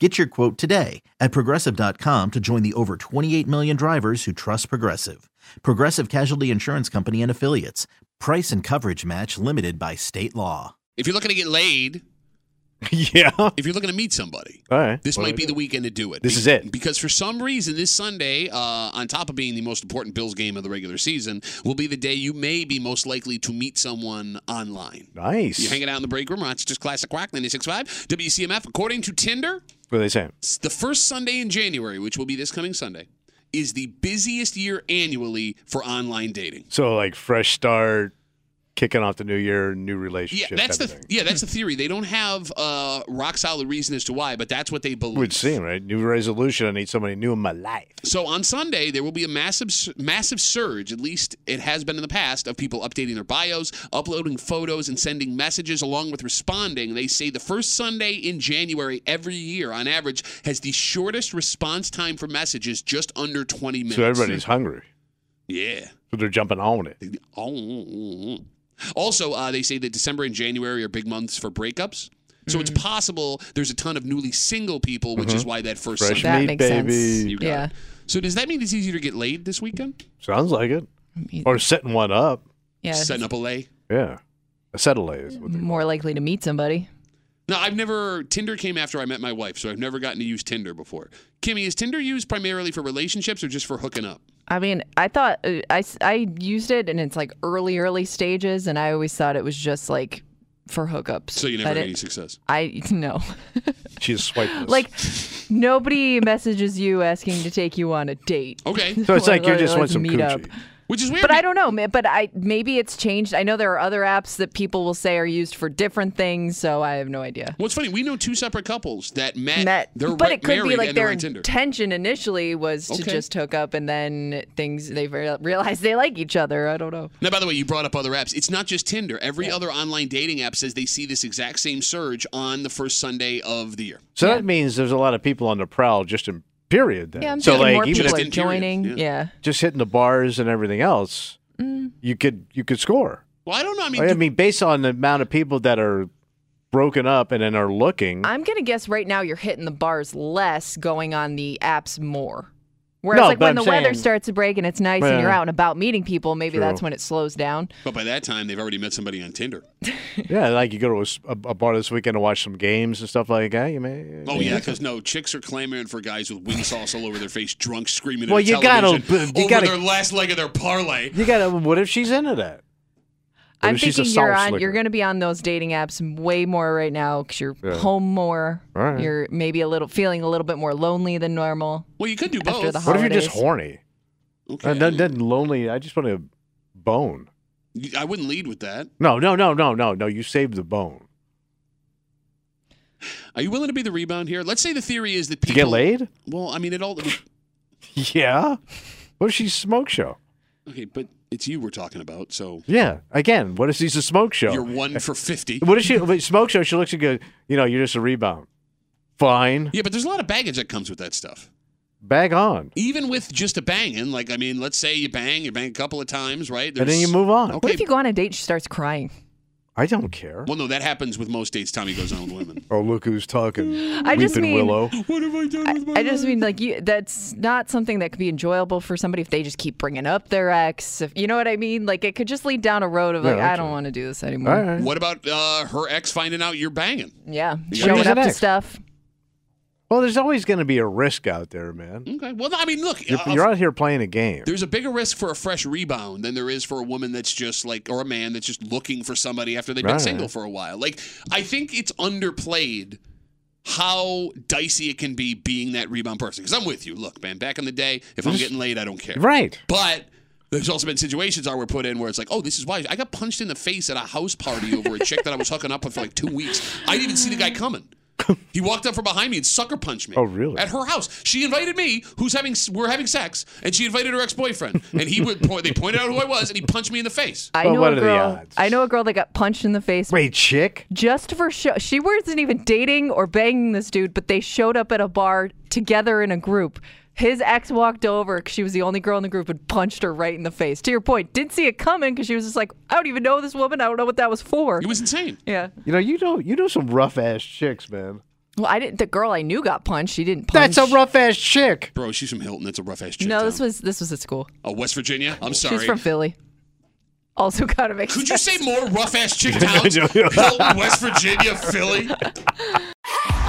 Get your quote today at progressive.com to join the over 28 million drivers who trust Progressive. Progressive Casualty Insurance Company and Affiliates. Price and coverage match limited by state law. If you're looking to get laid, yeah. All if you're looking to meet somebody, right. this might be the weekend to do it. This is it. Because for some reason, this Sunday, uh, on top of being the most important Bills game of the regular season, will be the day you may be most likely to meet someone online. nice. You're hanging out in the break room, Rochester's Classic Rock 96.5, WCMF. According to Tinder, what are they saying? s- the first Sunday in January, which will be this coming Sunday, is the busiest year annually for online dating. So like fresh start, kicking off the new year, new Yeah, relationship. that's type the of thing. yeah, that's the theory. They don't have uh, rock solid reason as to why, but that's what they believe. would seem right. New resolution. I need somebody new in my life. So on Sunday, there will be a massive, massive surge. At least it has been in the past of people updating their bios, uploading photos, and sending messages along with responding. They say the first Sunday in January every year, on average, has the shortest response time for messages, just under 20 minutes. So everybody's hungry. yeah. So they're jumping on it. Oh. Also, uh, they say that December and January are big months for breakups. So it's possible there's a ton of newly single people, which is why that first Mm-hmm. Fresh Sunday. That meat, makes sense. baby. You got Yeah. it. So does that mean it's easier to get laid this weekend? Sounds like it. mean, Or setting one up. yeah, setting up a lay. Yeah. A settle is what they more likely to meet somebody. No, I've never. Tinder came after I met my wife, so I've never gotten to use Tinder before. Kimmy, is Tinder used primarily for relationships or just for hooking up? I mean, I thought uh, I, s- I used it and it's like early, early stages, and I always thought it was just like for hookups. So you never But had it- any success. I no, She's swipeless. like nobody messages you asking to take you on a date. Okay, so it's Or like you just like want some meet up. coochie. which is weird. But I don't know, ma- but I maybe it's changed. I know there are other apps that people will say are used for different things, so I have no idea. What's funny? We know two separate couples that met. Met, Eh, They're but right- it could married be like and they're their on Tinder. intention initially was to Okay. just hook up, and then things they re- realized they like each other. I don't know. Now, by the way, you brought up other apps. It's not just Tinder. Every other online dating app says they see this exact same surge on the first Sunday of the year. So that means there's a lot of people on the prowl just in period then. Yeah, I'm so thinking like more even people if are Just in periods, joining. yeah. Yeah. just hitting the bars and everything else, Mm. you could you could score. Well, I don't know. I mean, I do- mean, based on the amount of people that are broken up and then are looking. I'm gonna guess right now you're hitting the bars less, going on the apps more. Whereas No, like but when I'm the weather saying- starts to break and it's nice and you're Yeah. out and about meeting people, maybe True. that's when it slows down. but by that time, they've already met somebody on Tinder. yeah, like you go to a s- a, a bar this weekend to watch some games and stuff like that. You may. Oh yeah, because no chicks are clamoring for guys with wing sauce all over their face, drunk, screaming. Well, at a you gotta- television you over gotta- their last leg of their parlay. You gotta. What if she's into that? What I'm if she's a thinking you're salt on. slicker? You're going to be on those dating apps way more right now because you're Yeah. home more. Right. You're maybe a little feeling a little bit more lonely than normal. Well, you could do both. After the What if you're just horny? holidays. Okay. Uh, then, then lonely. I just want to bone. You- I wouldn't lead with that. No, no, no, no, no, no. You saved the bone Are you willing to be the rebound here? Let's say the theory is that to people get laid. Well, I mean, it all. Yeah. What if she's a smoke show? Okay, but it's you we're talking about, so Yeah. Again, what if she's a smoke show? you're one for fifty. What if she but smoke show? She looks and goes, you know, you're just a rebound. Fine. Yeah, but there's a lot of baggage that comes with that stuff. Bag on. Even with just a banging, like I mean, let's say you bang, you bang a couple of times, right? and then you move on. Okay. What if you go on a date? She starts crying. I don't care. Well, no, that happens with most dates. Tommy goes on with women. Oh, look who's talking. I just Weeping mean- Willow. what have I done with my? I just mean like you. That's not something that could be enjoyable for somebody if they just keep bringing up their ex. If, you know what I mean? Like it could just lead down a road of Yeah, like I okay. don't want to do this All anymore. right. What about uh, her ex finding out you're banging? Yeah, Yeah. showing Who's up an to ex? stuff. Well, there's always going to be a risk out there, man. Okay. Well, I mean, look, You're, a- a- you're out here playing a game. there's a bigger risk for a fresh rebound than there is for a woman that's just like, or a man that's just looking for somebody after they've been Right. single for a while. Like, I think it's underplayed how dicey it can be being that rebound person. Because I'm with you. Look, man, back in the day, if I'm getting laid, I don't care. Right. But there's also been situations I were put in where it's like, oh, this is why I got punched in the face at a house party over a chick that I was hooking up with for like two weeks. I didn't even see the guy coming. He walked up from behind me and sucker punched me. Oh, really? At her house, she invited me, who's having we're having sex, and she invited her ex boyfriend, and he would point. They pointed out who I was, and he punched me in the face. I Well, know what a are the girl. odds? I know a girl that got punched in the face Wait, chick? just for show. She wasn't even dating or banging this dude, but they showed up at a bar together in a group. His ex walked over 'cause she was the only girl in the group and punched her right in the face. To your point, didn't see it coming because she was just like, I don't even know this woman. I don't know what that was for. It was insane. yeah. You know, you know, you know some rough ass chicks, man. Well, I didn't. The girl I knew got punched. She didn't punch. That's a rough ass chick. Bro, she's from Hilton. That's a rough ass chick. No, town. this was this was at school. oh, West Virginia. I'm sorry. She's from Philly. Also, kind of makes Could you sense. say more rough ass chick towns? Hilton, West Virginia, Philly.